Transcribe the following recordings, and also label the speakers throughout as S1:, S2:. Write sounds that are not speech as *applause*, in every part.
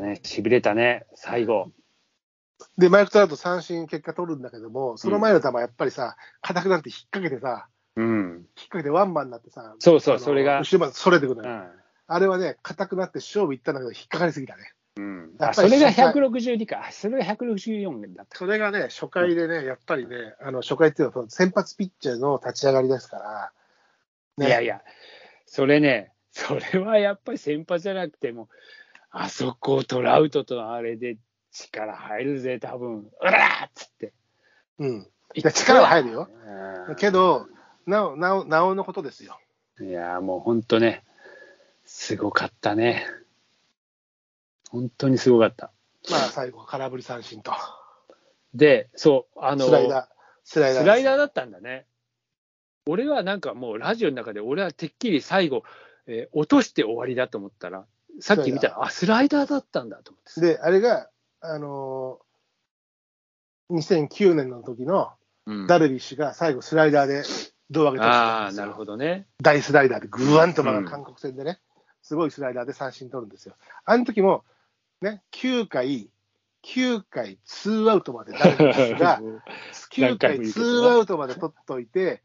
S1: ね、しびれたね、最後。
S2: で、マイク・トラウト三振結果取るんだけども、その前の球やっぱりさ、硬くなって引っ掛けてさ、
S1: うん。
S2: 引っ掛けてワンマンになってさ、
S1: そうそう
S2: あの
S1: それが
S2: 後ろまでそれてくる
S1: う
S2: のよ、
S1: ん。
S2: あれはね、硬くなって勝負いったんだけど、引っかかりすぎたね。
S1: うん、
S2: や
S1: あ
S2: っぱ
S1: そ
S2: り
S1: れが
S2: 心配
S1: 162か、あそれが164だった。
S2: それがね、初回でね、やっぱりね、あの初回っていうのはその先発ピッチャーの立ち上がりですから、ね
S1: いやいや、それね、それはやっぱり先発じゃなくても、あそこトラウトとあれで力入るぜ、多分うらーっつって。
S2: うん、や力は入るよ
S1: うん。
S2: けど、なお、なお、なおのことですよ。
S1: いやーもう本当ね、すごかったね。本当にすごかった。
S2: まあ、最後、空振り三振と、
S1: で、そう、あの、
S2: スライダー、スライダーです。
S1: スライダーだったんだね。俺はなんかもうラジオの中で俺はてっきり最後、えー落として終わりだと思ったら、さっき見たら、あ、スライダーだったんだと思ってさ。
S2: で、あれが、あのー、2009年の時の
S1: うん
S2: ダルビッシュが最後、スライダーで胴上げ投手
S1: ああ、
S2: んです
S1: な
S2: よ
S1: るほどね。
S2: 大スライダーでぐわんと曲が
S1: うん、
S2: る韓国戦でね、すごいスライダーで三振取るんですよ。あの時も、ね、9回、9回ツーアウトまでダルビッシュが
S1: *laughs*
S2: 9回ツーアウトまで取っといて、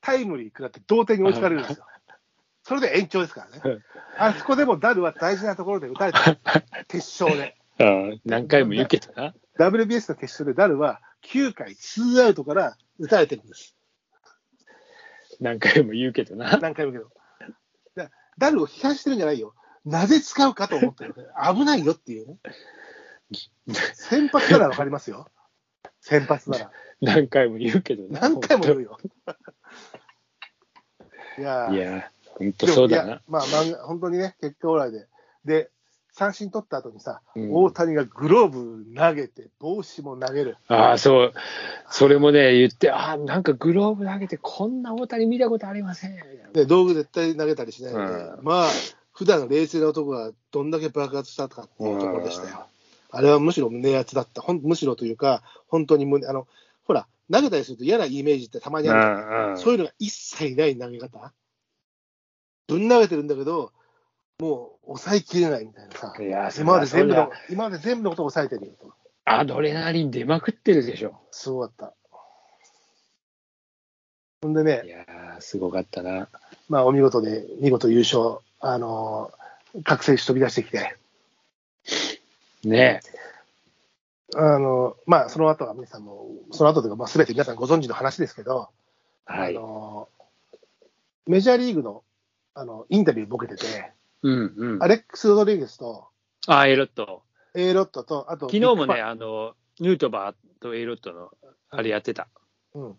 S2: タイムリー食らって同点に追いつかれる
S1: *laughs*
S2: んですよ。それで延長ですからね。あそこでもダルは大事なところで打たれた。決勝で。
S1: うん何回も言うけどな。
S2: WBS の決勝でダルは9回ツーアウトから打たれてるんです。
S1: 何回も言うけどな。
S2: 何回も言うけど。だダルを批判してるんじゃないよ。なぜ使うかと思ってる。危ないよっていうね。先発ならわかりますよ。先発なら。
S1: 何回も言うけどな。
S2: 何回も言うよ。いやー
S1: いや、本当そうだ
S2: でもい
S1: な
S2: や。まあ、漫画本当にね、結果オーライで。で、三振取った後にさ、
S1: うん
S2: 大谷がグローブ投げて、帽子も投げる。
S1: ああ、そう。それもね、言って、ああ、なんかグローブ投げて、こんな大谷見たことありません。みたいな
S2: で、道具絶対投げたりしないで、
S1: うん
S2: まあ、普段の冷静な男がどんだけ爆発したとかっていうところでしたよ。あれはむしろ胸熱だった。ほんむしろというか、本当に胸、あの、ほら、投げたりすると嫌なイメージってたまにあるじゃん
S1: うんうん
S2: そういうのが一切ない投げ方。ぶん投げてるんだけど、もう抑えきれないみたいなさ。
S1: いやそりゃ
S2: 今まで全部
S1: そ
S2: の、今まで全部のことを抑えてるよと。
S1: アドレナリン出まくってるでしょ。
S2: すごかった。ほんでね
S1: い、やー、すごかったな。
S2: まあお見事で、見事優勝、あのー各選手飛び出してきて、
S1: ね
S2: あのーまあその後は皆さんも、その後というか、まあ、全て皆さんご存知の話ですけど、
S1: は
S2: あ
S1: い。
S2: のーメジャーリーグのあのインタビューボケてて、
S1: うんうん。
S2: アレックス・ロドリゲスと、
S1: あ、エロット。
S2: A ロットと、あと、
S1: 昨日もね、あの、ヌートバーとエロットの、あれやってた。
S2: うん、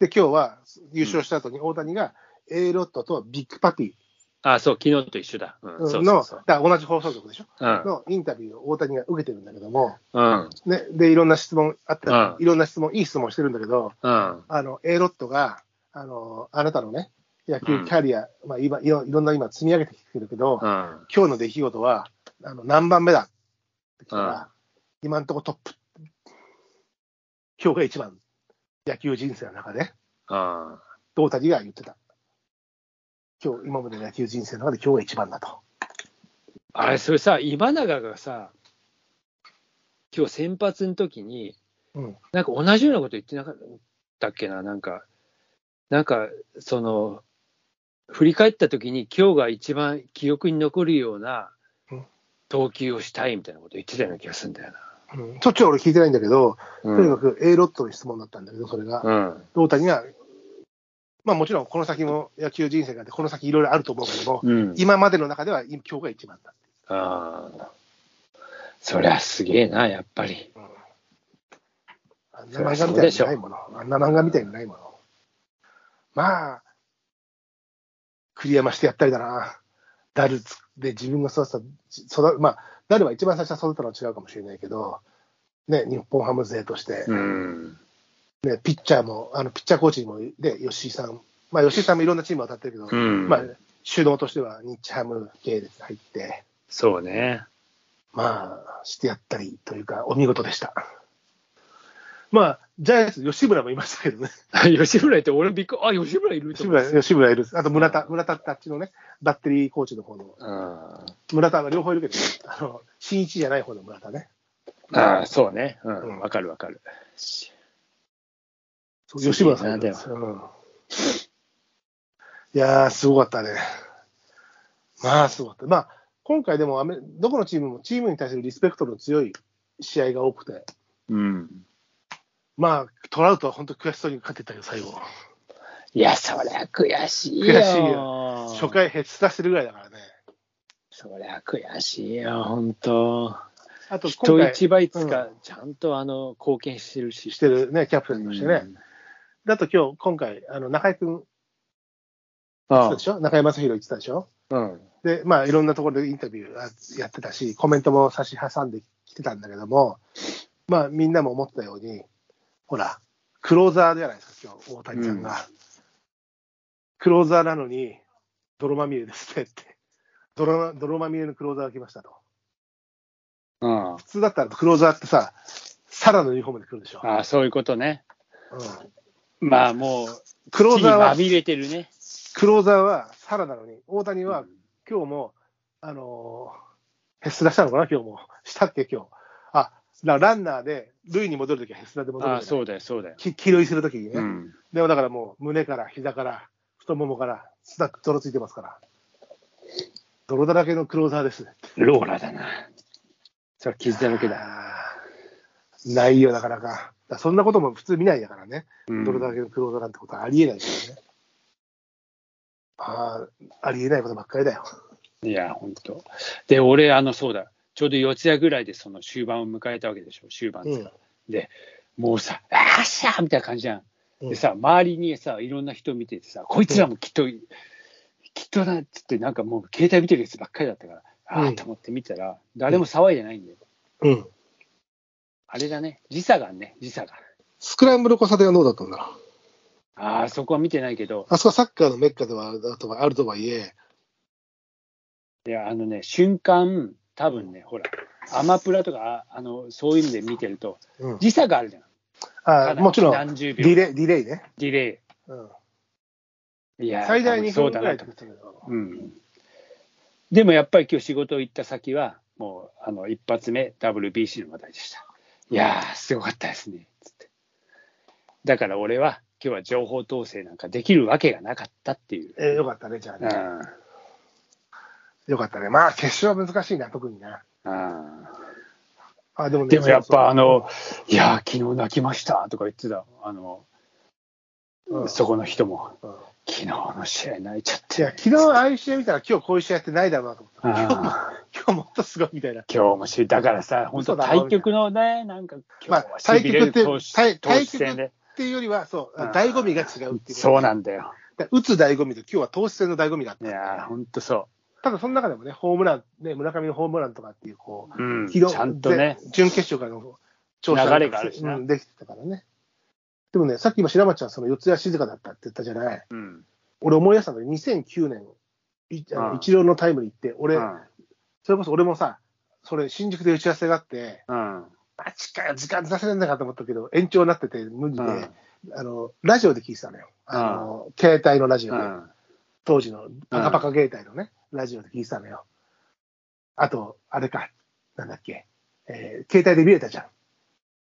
S2: で今日は優勝した後に大谷が A ロットとビッグパピ
S1: あ、そう、昨日と一緒だ。うん、
S2: ー
S1: そ
S2: の、
S1: うそうそう。
S2: だから同じ放送局でしょ、
S1: うん。
S2: のインタビューを大谷が受けてるんだけども、
S1: うん。
S2: ね、でいろんな質問あったら、
S1: うん
S2: いろんな質問、いい質問してるんだけど、
S1: うん。
S2: あの A ロットがあのあなたのね、野球キャリア、まあ、今いろいろんな今、積み上げてきてるけど、
S1: うん。
S2: 今日の出来事はあの何番目だって来たら、今のところトップ、今日が一番、野球人生の中で。
S1: うん。
S2: 大谷が言ってた。今日、今までの野球人生の中で今日が一番だと。
S1: あれ、それさ、今永がさ、今日先発の時に、
S2: うん。
S1: なんか同じようなこと言ってなかったっけな、なんか、なんか、その、振り返ったときに、今日が一番記憶に残るような
S2: うん
S1: 投球をしたいみたいなこと言ってたような気がするんだよな。
S2: うん、そっちは俺聞いてないんだけど、
S1: う
S2: とにか
S1: ん。
S2: く A ロットの質問だったんだけど、それが。
S1: うん。
S2: 大谷が、まあもちろんこの先も野球人生があって、この先いろいろあると思うけども、
S1: うん、
S2: 今までの中では今今日が一番だ。
S1: ああ。そりゃすげえな、やっぱり。
S2: あんな漫画みたいにないもの。あんな漫画みたいにないもの。まあ、クリアマしてやったりだな。ダルつで自分が育てた、育まあ、ダルは一番最初は育てたのは違うかもしれないけど、ね、日本ハム勢として、
S1: うん。
S2: ね、ピッチャーも、あのピッチャーコーチにも、で、吉井さん、まあ、吉井さんもいろんなチーム当たってるけど、
S1: うん。
S2: まあ、主導としては日ハム系列入って、
S1: そうね。 *laughs*
S2: まあ、してやったりというか、お見事でした。まあ、ジャイアンツ、吉村もいましたけどね。
S1: 吉村いて、俺びっくり、あ、吉村いると
S2: 吉
S1: 思っ
S2: 村、
S1: て
S2: 吉村いる。あと村田、村田ってあっちのね、バッテリーコーチの方の、
S1: あ
S2: 村田が両方いるけど、あの、新一じゃない方の村田ね。
S1: ーあー、そうね。う
S2: うん
S1: ん。わかるわかる。
S2: そう吉村さんいるんですよ。うんいやー、すごかったね。まあ、すごかった。まあ、今回でもアメ、どこのチームもチームに対するリスペクトの強い試合が多くて、
S1: うん。
S2: まあ、トラウトは本当悔しそうに勝ってたけど、最後。
S1: いや、そりゃ悔しいよ。
S2: 悔しい初。回ヘッス出してるぐらいだからね。
S1: そりゃ悔しいよ、本当。
S2: あと、今
S1: 人
S2: 回、
S1: 一
S2: し
S1: 倍つか、ちゃんとあの貢献してるし。
S2: てるね、キャプテンとしてね。
S1: うん。
S2: だと今日、今回、あの、中井くん、
S1: あ
S2: そうでしょ中井正宏言ってたでしょ
S1: あうん。
S2: で、まあ、いろんなところでインタビューあやってたし、コメントも差し挟んできてたんだけども、まあ、みんなも思ったように、ほら、クローザーじゃないですか、今日、大谷さんが。
S1: うん
S2: クローザーなのに、泥まみれですねって。泥ま泥まみれのクローザーが来ましたと。
S1: うん。
S2: 普通だったらクローザーってさ、サラのユニフォームで来るでしょ。
S1: ああ、そういうことね。
S2: うん
S1: まあもう、
S2: クローザーは
S1: 地にま、みれてるね。
S2: クローザーはサラなのに、大谷は今日も、あのーヘッスラしたのかな、今日も。 *laughs* したっけ、今日。あ、だからランナーで、塁に戻るときはヘッスラで戻る
S1: あ
S2: じゃな
S1: あ、
S2: い
S1: そうだよ、そうだよ。
S2: き黄色いするときにね、
S1: うん。
S2: でもだからもう、胸から、膝から、太ももから、すだ泥ついてますから。泥だらけのクローザーですね。
S1: ローラだな。それは傷だらけだ。
S2: あーないよ、なかなか。だからそんなことも普通見ないだからね。
S1: うん
S2: 泥だらけのクローザーなんてことはありえないですよね。ああ、ありえないことばっかりだよ。
S1: いや、本当。で、俺、あの、そうだ、ちょうど四谷ぐらいでその終盤を迎えたわけでしょ、終盤
S2: うん
S1: さ、で、もうさ、あっしゃーみたいな感じじゃん。
S2: うん
S1: でさ、周りにさ、いろんな人見ててさ、こいつらもきっと、きっとなっつって、なんかもう携帯見てるやつばっかりだったから、あ
S2: う
S1: あ
S2: ん
S1: と思って見たら、誰も騒いでないんだよ。
S2: うん。
S1: あれだね、時差がね、時差が。
S2: スクランブル交差点はどうだったんだろう。
S1: ああ、そこは見てないけど、
S2: あそこはサッカーのメッカではあるとはあるとはいえ、
S1: いや、あのね、瞬間、多分ね、ほら、アマプラとか、ああの、そういうので見てると、
S2: うん、
S1: 時差があるじゃん。
S2: あもちろん、
S1: 何十
S2: ディ
S1: 秒、
S2: レイディレイね。
S1: ディレイ。
S2: うん、
S1: いや
S2: 最大
S1: に
S2: 2
S1: そう
S2: 分
S1: だ
S2: ぐ
S1: な
S2: らい
S1: と
S2: で
S1: 思
S2: 撮
S1: っ
S2: ってたんだ
S1: て、
S2: ろ
S1: うん、でもやっぱり今日仕事行った先はもうあの一発目 WBC の話題でしたいやーすごかったですねつってだから俺は今日は情報統制なんかできるわけがなかったっていう、
S2: うえーよかったね、じゃあ
S1: う
S2: ね。
S1: ん、あ
S2: よかったね。まあ、決勝は難しいな、特にな。
S1: あ
S2: あでもね
S1: でもやっ
S2: そうそう
S1: ぱあの「いやー昨日泣きました」とか言ってたあの、
S2: うん
S1: そこの人も
S2: うん
S1: 「昨日の試合泣いちゃっ
S2: い
S1: て
S2: や、」昨日ああいう試合見たら、今日こういう試合やってないだろうなと思った。今日も
S1: あー
S2: 今日もっとすごいみたいな。
S1: 今日もし、だからさ、本
S2: 嘘
S1: 当
S2: だろ
S1: 対局のね、なんか、今
S2: まあ
S1: 日はし
S2: 対
S1: びれ
S2: 局
S1: る
S2: って
S1: 投手
S2: 対
S1: 投手
S2: 対局
S1: 戦
S2: っ
S1: で、
S2: ていうよりは、そう、
S1: うん
S2: 醍醐味が違うっていう。
S1: そう
S2: だか
S1: なんだよ。
S2: ら打つ醍醐味と、今日は投手戦の醍醐味だった
S1: い。やー、本当そ
S2: ただ、その中でもね、ホームラン、ね、村上のホームランとかっていう、こう、
S1: う。うん、
S2: 昨日
S1: ちゃんとね、
S2: で準決勝からの調
S1: 流れがあるしな
S2: うんできてたからね。でもね、さっき今、白松ちゃん、その四谷静香だったって言ったじゃない。
S1: うん。
S2: 俺思い出したのに、2009年、いあ
S1: う
S2: の
S1: ん
S2: 一郎のタイムに行って、
S1: う
S2: 俺、
S1: ん。
S2: それこそ俺もさ、それ、新宿で打ち合わせがあって、
S1: うん。
S2: マジかよ、時間出せないんだかと思ったけど、延長になってて、無理で、
S1: うん
S2: あの、ラジオで聞いてたのよ。あの、携帯のラジオ
S1: う
S2: で、
S1: ん。
S2: 当時のパカパカ携帯のね、ラジオで聞いてたのよ。あと、あれか、なんだっけ、えー携帯で見れたじゃん。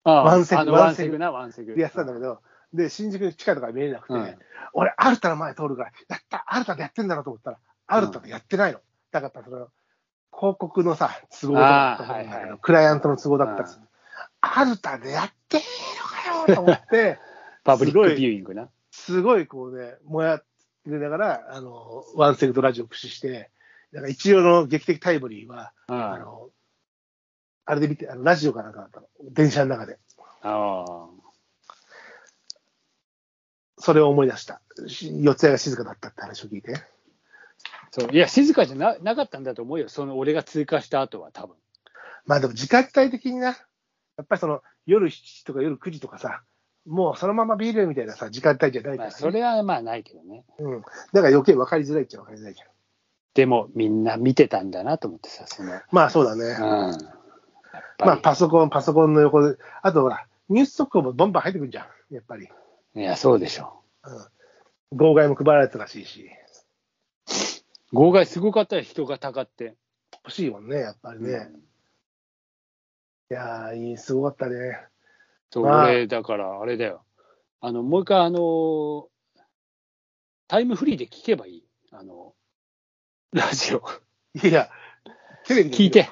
S2: ワンセグ
S1: あの
S2: ワ
S1: ワ
S2: ン
S1: ン
S2: セ
S1: セ
S2: グ
S1: グな、ワンセグ。
S2: でやってたんだけど、で、新宿の地下とか見えなくて、
S1: うん
S2: 俺、アルタの前通るから、やった、アルタでやってんだろうと思ったら、アルタでやってないの。だから、その、広告のさ、都合だったと思うんだけ
S1: あ
S2: ど、
S1: ーはいはい
S2: クライアントの都合だったりする
S1: う
S2: アルタでやっていいのかよと
S1: *laughs*
S2: 思って、
S1: パブリッ
S2: すご
S1: ク
S2: い
S1: ビューイングな。
S2: すごいこうね、もやってながら、あの、ワンセグドラジオを駆使して、なんか一応の劇的タイムリーは、
S1: うん。
S2: あ
S1: あ
S2: の、あれで見て、あのラジオかなんかだったの。電車の中で。
S1: あ。
S2: それを思い出した。し四谷が静かだったって話を聞いて。
S1: そう。いや、静かじゃななかったんだと思うよ。その、俺が通過した後は、多分。
S2: まあでも時間帯的にな、やっぱりその夜7時とか夜9時とかさ、もうそのままビールみたいなさ、時間帯じゃない
S1: ま
S2: から、
S1: あ、
S2: ね
S1: それはまあないけどね。
S2: うん。だから余計分かりづらいっちゃ分かりづらいじゃん。
S1: でも、みんな見てたんだなと思ってさ、その。
S2: *laughs* まあそうだ
S1: う
S2: ね。
S1: ん。やっぱり
S2: まあパソコン、パソコンの横で、あとほら、ニュース速報もバンバン入ってくるじゃん、やっぱり。
S1: いや、そうでしょ
S2: うん。号外も配られてたらしいし、
S1: う。号外すごかったよ、人がたかって。
S2: 欲しいもんね、やっぱりね。いやー、いい、すごかったね。
S1: そう、
S2: まあ
S1: 俺、だから、あれだよ。あの、もう一回、あのータイムフリーで聞けばいい。あの、ラジオ。
S2: いや、テレビで
S1: 聞いて。、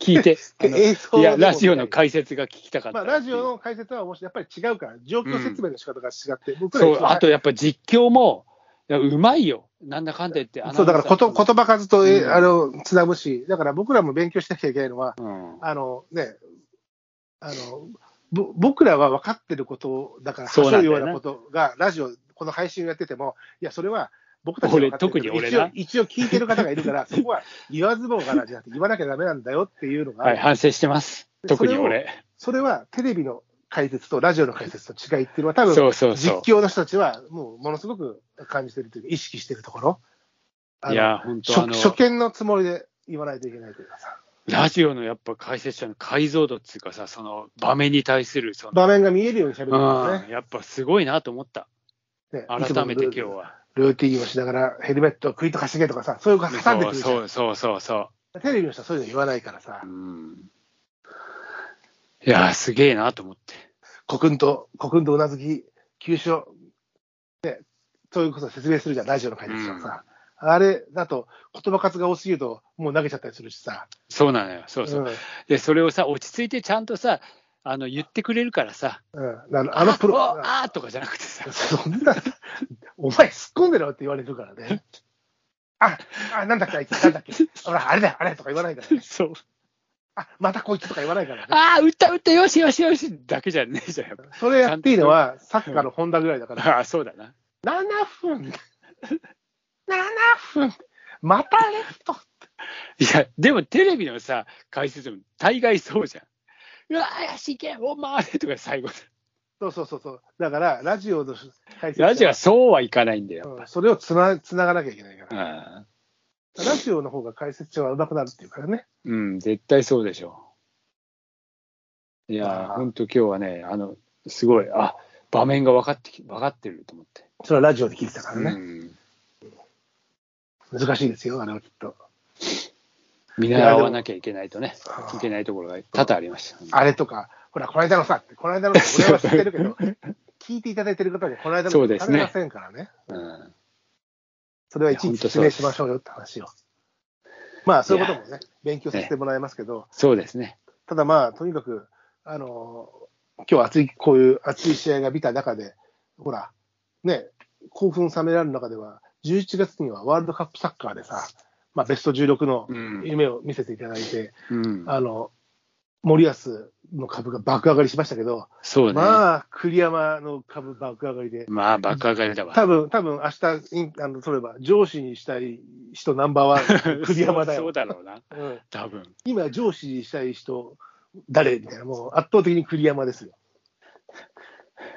S1: 聞い
S2: *laughs*
S1: て。あの
S2: 映像
S1: いや、
S2: でも
S1: ラジオの解説が聞きたかった。
S2: まあ、ラジオの解説は面白い。やっぱり違うから、状況説明の仕方が違って、僕ら
S1: そ
S2: いうつ、も
S1: あとやっぱ実況も、いやうまいよ。なんだかんだ言って。
S2: そうだからこと言
S1: と、
S2: 葉数と、え
S1: うん
S2: あのつなぐし、だから僕らも勉強しなきゃいけないのは、
S1: うん
S2: あのね、あのぼ僕らは分かってることだから、
S1: そう
S2: 走
S1: なん
S2: る
S1: だよ
S2: よ
S1: な
S2: うなことが、ラジオ、この配信をやってても、いや、それは僕たち
S1: 俺
S2: は分かってる
S1: 特に俺
S2: 一応
S1: な、
S2: 一応聞いてる方がいるから、 *laughs* そこは言わずもがなじゃなくて、言わなきゃだめなんだよっていうのが、
S1: はい、反省してます。特に俺。
S2: それはテレビの解説とラジオの解説と違いっていうのは、多分
S1: そうそうそ
S2: 実況の人たちは、もうものすごく感じてるというか、意識してるところ、
S1: う。
S2: あの
S1: いや、本当あ
S2: 初
S1: の、
S2: 初見のつもりで言わないといけないというかさ、
S1: ラジオのやっぱ解説者の解像度っていうかさ、その場面に対する、その、
S2: 場面が見えるように喋るん
S1: うん、
S2: で
S1: やっぱすごいなと思った。
S2: すねね。いつ
S1: 改
S2: もの
S1: めて今日は。
S2: ルーティンをしながら、ヘルメットをクイッとかしげとかさ、そういうのが挟んで
S1: そう
S2: くるじゃん
S1: そうそうそうそ
S2: テレビの人はそういうの言わないからさ
S1: う。う、ん。いや、すげえなと思って。
S2: コクンと、コクンとうなずき、急所、ね、そういうことを説明するじゃん、ラジオの解説者はさ。あれだと、言葉数が多すぎると、もう投げちゃったりするしさ。
S1: そうなのよ。そうそう。
S2: うん
S1: で、それをさ、落ち着いてちゃんとさ、あの、言ってくれるからさ、
S2: うん、あのあのプロ、
S1: あああとかじゃなくてさ、
S2: そんな、お前突っ込んでろって言われるからね。あ、あ、なんだっけ、あいつ、なんだっけ、ほら、あれだよ、あれとか言わないから、ね、
S1: そう。
S2: あ、またこいつとか言わないからね。
S1: ああ、打った打った、よしよしよしだけじゃねえじゃん、やっ
S2: それやっていいのは、サッカーの本田ぐらいだから、
S1: ぱ。ああ、そうだな。
S2: 7分、7分、またレフト。
S1: いや、でもテレビのさ、解説も大概そうじゃん。うわー、よし、行け、お前とか最後だ。
S2: *laughs* そうそうそうそう、だから、ラジオの解説
S1: ラジオはそうはいかないんだよ、やっ
S2: うんそれをつなつながなきゃいけないか
S1: ぱ。
S2: ら、ラジオの方が解説者は上手くなるっていうからね。
S1: うん、絶対そうでしょう。いやー、
S2: あー
S1: ほんと今日はね、あの、すごい、あ場面が分かってき、分かってると思って。
S2: それはラジオで聞いてたか
S1: う
S2: らね、
S1: ん。
S2: 難しいですよ、あれはきっと。
S1: 見習わなきゃいけないとね
S2: やでも、
S1: いけないところが多々ありました。
S2: あれとか、ほら、この間のさ、この間のさ、俺は知ってる
S1: *laughs*
S2: けど、聞いていただいてる方にこの間の
S1: そうですね
S2: わかりませんからね。
S1: うん。
S2: それはいちいち説明しましょうよって話を。まあ、そういうこともね、勉強させてもらいますけど、
S1: そうですね。
S2: ただまあ、とにかく、あのー今日熱い、こういう熱い試合が見た中で、ほら、ね、興奮冷められる中では、11月にはワールドカップサッカーでさ、まあ、ベスト16の
S1: うん。
S2: 夢を見せていただいて、
S1: うん、
S2: あの、森保の株が爆上がりしましたけど、
S1: そうね。まあ、
S2: まあ、栗山の株爆上がりで、
S1: 爆上がりだわ。
S2: 多分多分明日インあの取れば、上司にしたい人ナンバー
S1: *laughs*
S2: ワン、栗山だ
S1: そう
S2: よ。
S1: だろうな。
S2: うん、
S1: 多分。
S2: 今、上司にしたい人、誰みたいな、もう圧倒的に栗山ですよ。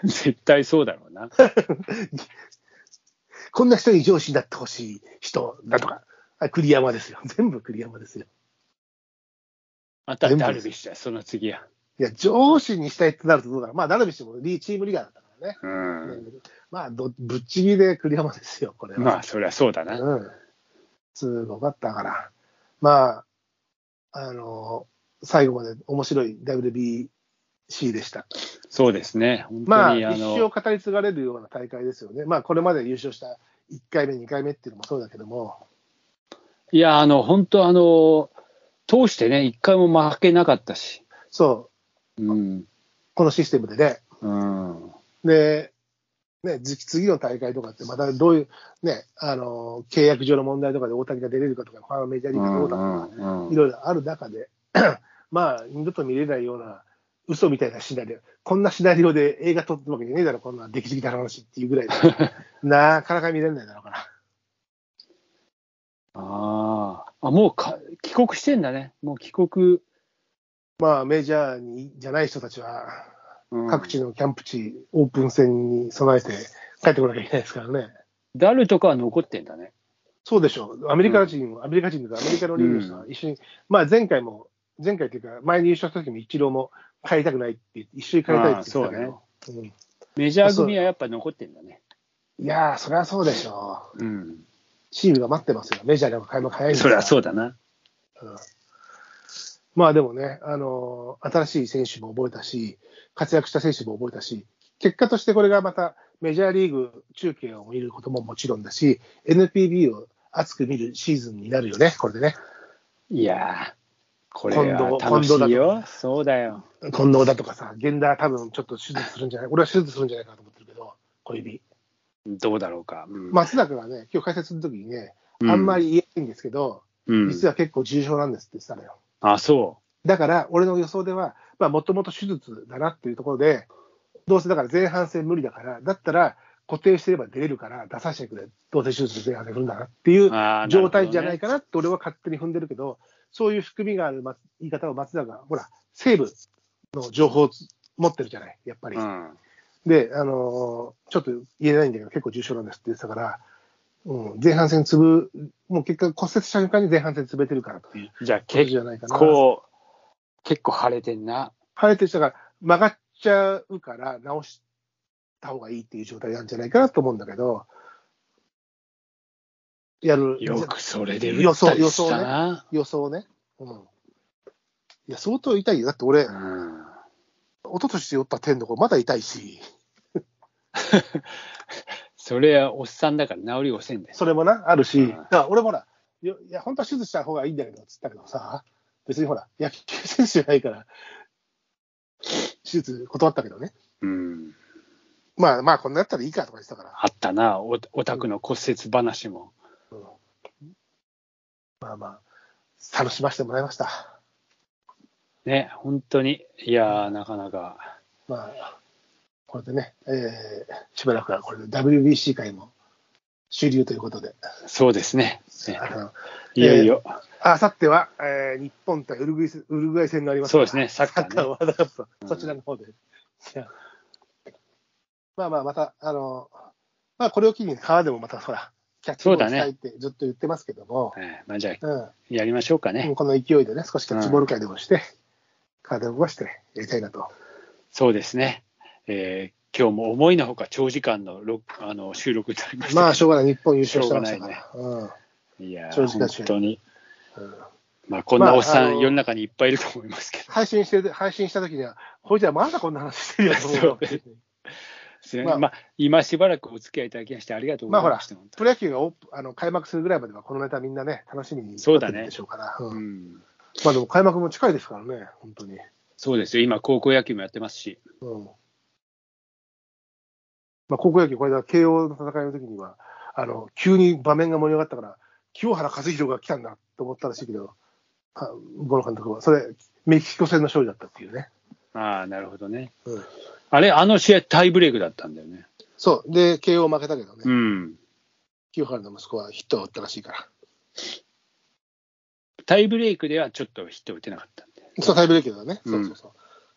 S1: 絶対そうだろうな。
S2: こんな人に上司になってほしい人だとか、あ栗山ですよ。 *laughs* 全部栗山ですよ。
S1: また
S2: 全部
S1: ダルビッシュだ、その次や。
S2: いや、上司にしたいってなるとどうだろう。まあ、ダルビッシュもリーチームリーダーだったからね。
S1: うん。
S2: まあど、ぶっちぎりで栗山ですよ、これは。
S1: まあ、そりゃそうだな。
S2: うん。すごかったから。まあ、あの最後まで面白い WBC でした。
S1: そうですね。本
S2: ま
S1: 当
S2: あ、
S1: に、あ
S2: 一生
S1: の、
S2: 語り継がれるような大会ですよね。まあ、これまで優勝した1回目、2回目っていうのもそうだけども、
S1: いや、あの、本当、あの、通してね、一回も負けなかったし。
S2: そう、
S1: うん。
S2: このシステムでね。
S1: うん。
S2: で、ね、次次の大会とかって、またどういう、ね、あの契約上の問題とかで大谷が出れるかとか、他のメジャ
S1: う
S2: ーリーグどうだとか、
S1: んうん
S2: いろいろある中で、 *clears throat* まあ、二度と見れないような、嘘みたいなシナリオ、こんなシナリオで映画撮ってるわけじゃねえだろ、こんな出来すぎた話っていう
S1: *laughs*
S2: ぐらいで、なかなか見れないだろうから。
S1: あーあ、もうか帰国してんだね。もう帰国。
S2: まあ、メジャーにじゃない人たちは、
S1: うん
S2: 各地のキャンプ地、オープン戦に備えて帰ってこなきゃいけないですからね。
S1: ダルとかは残ってんだね。
S2: そうでしょう、アメリカ人、アメリカ人とか、アメリカのリーグの人は一緒に、まあ、前回も前回というか、前に優勝した時もイチローも帰りたくないって、一緒に帰りたいって言ってたけど、うん
S1: メジャー組はやっぱ残ってんだね。
S2: いやー、そりゃそうでしょう。
S1: うん。
S2: チームが待ってますよ。メジャーでも開幕早いんだ
S1: そ
S2: か
S1: り
S2: ら
S1: ゃそうだな。
S2: うんまあでもね、あのー新しい選手も覚えたし、活躍した選手も覚えたし、結果としてこれがまたメジャーリーグ中継を見ることももちろんだし、NPB を熱く見るシーズンになるよね、これでね。
S1: いやー、これは
S2: 今度
S1: 楽
S2: 今
S1: しい
S2: 度だ
S1: よ。そうだよ。
S2: 近藤だとかさ、源田は多分ちょっと手術するんじゃない、俺は手術するんじゃないかなと思ってるけど、小指。
S1: どうだろうか。うん
S2: 松坂がね、今日解説の時にね、あんま、り言えないんですけど、
S1: うん、
S2: 実は結構重症なんですって言ってたのよ。
S1: あ、そ
S2: だから、俺の予想では、まあ、もともと手術だなっていうところで、どうせだから前半戦無理だから、だったら固定してれば出れるから出させてくれ、どうせ手術で前半戦振るんだなって *laughs* いう
S1: う。あー
S2: 状態じゃない。
S1: る
S2: かなって俺は勝手に踏んでるけど、そういう含みがあるま言い方を松田が、ほら、西部の情報を持ってるじゃない、やっ
S1: ほ
S2: ぱり。
S1: どね
S2: で、あのーちょっと言えないんだけど、結構重症なんですって言ってたから、うん、前半戦潰、もう結果骨折した瞬間に前半戦潰れてるからっていうこ
S1: うん。じゃあ
S2: と
S1: 結
S2: じゃないかな。
S1: 構、結構晴れてんな。
S2: 晴れてる人が曲がっちゃうから直した方がいいっていう状態なんじゃないかなと思うんだけど、やる
S1: よくそれで打
S2: 予
S1: っ
S2: 想
S1: たりしたな。
S2: 予想ね。うん。いや、相当痛いよ。だって俺、一
S1: うん
S2: 昨年打った天の子まだ痛いし、
S1: それはおっさんだから治りをせんだよ。
S2: それもな、ある
S1: う
S2: し、
S1: ん
S2: だから俺もほら、よいや、本当は手術した方がいいんだけど、つったけどさ、別にほら、野球選手じゃないから、手術断ったけどね。
S1: うん。
S2: まあまあ、こんなやったらいいかとか言ってたから。
S1: あったな、おオタクの骨折話も。
S2: まあまあ、楽しませてもらいました。
S1: ね、本当に。いやー、なかなか。
S2: まあ、これでね、えーしばらくはこれで WBC 会も終了ということで、
S1: そうですね。ね
S2: あの
S1: いよいよ。
S2: あさっては、えー日本対ウルグイスウルグアイ戦があります
S1: そうですね、サッ
S2: サ
S1: カ
S2: ッ
S1: ー
S2: カー
S1: ね。
S2: ワールドカップ、
S1: うん
S2: そちらの方で。じゃあまあまあ、また、あの、まあ、これを機に川でもまた、ほら、キャッチボールしたいってずっと言ってますけども、
S1: はいまあ、じゃあ、
S2: うん
S1: やりましょうかね。
S2: この勢いでね、少しキャッチボール会でもして、川でも動かしてやりたいなと。
S1: そうですね。えー今日も思いのほか長時間の録あの収録になりました。
S2: まあ、しょうがない、日本優勝してましたから。
S1: し
S2: うん
S1: いや
S2: 長
S1: ー、
S2: 時間収
S1: 本
S2: 録
S1: 当に。
S2: うん
S1: まあ、こんなおっ
S2: まあ
S1: さ
S2: あ
S1: ん、
S2: の
S1: 世の中にいっぱいいると思いますけど。
S2: 配信してる、配信した時には、ほいじゃまだこんな話して
S1: *laughs*
S2: るよと思う。
S1: すいま
S2: ま
S1: せ
S2: あ
S1: んまあ、今しばらくお付き合いいただきましてありがとうございました。本当
S2: プロ野球がオープンあの開幕するぐらいまでは、このネタみんなね、楽しみに
S1: そう
S2: 待っ
S1: だ
S2: て
S1: ね
S2: るでしょうから。う
S1: うんん、
S2: まあでも開幕も近いですからね、本当に。
S1: そうですよ、今、高校野球もやってますし、
S2: うん。まあ高校野球、これだ、慶応の戦いの時には、あの、急に場面が盛り上がったから、清原和博が来たんだと思ったらしいけど、あ向こうの監督は、それ、メキシコ戦の勝利だったっていうね。
S1: ああ、なるほどね。
S2: うん。
S1: あれ、あの試合、タイブレークだったんだよね。
S2: そう。で、慶応負けたけどね。
S1: うん、
S2: 清原の息子はヒットを打ったらしいから。
S1: タイブレークではちょっとヒット打てなかったんで、
S2: そう、タイブレークだね。
S1: うん
S2: そうそうそう。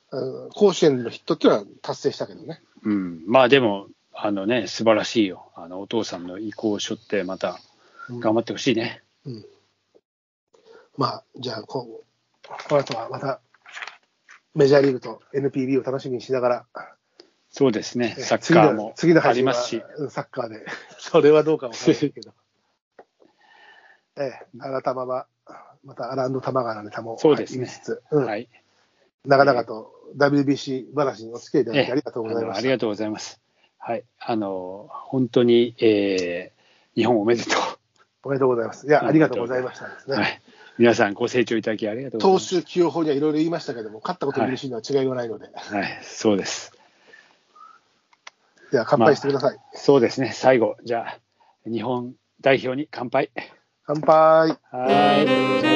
S2: あの甲子園のヒットっていうのは達成したけどね。
S1: うん、まあでも、あのね、素晴らしいよ、あのお父さんの意向を背負って、また頑張ってほしいね。
S2: まあ、じゃあこう、この後はまた、メジャーリーグと NPB を楽しみにしながら、
S1: そうですね、
S2: え
S1: サッカーも
S2: 次の次の
S1: あ
S2: 配
S1: り
S2: 信は
S1: ますし、
S2: うんサッカ
S1: *laughs*
S2: ーで、それはどうかもわからないけど。 *laughs* ええ、新玉は、またアランド玉川のネタも
S1: そうですね
S2: 入りつつ、うん
S1: はい、
S2: 長々と WBC 話にお付き合いいただきありがとうございま
S1: あのあ
S2: し
S1: り
S2: た。
S1: がとうございます。はい、あの本当に、えー日本おめでと
S2: おめでとうございます。いや、ありがとうございましたです
S1: う、
S2: ね。
S1: はい。皆さんご清聴いただきありがとうござい
S2: 投
S1: ます。
S2: 手起用法にはいろいろ言いましたけども、勝ったことに嬉しいのは違いはないので、
S1: はい、そうです。
S2: では乾杯してください。
S1: そうですね、最後、じゃあ、日本代表に乾杯。
S2: 乾杯。
S1: はい。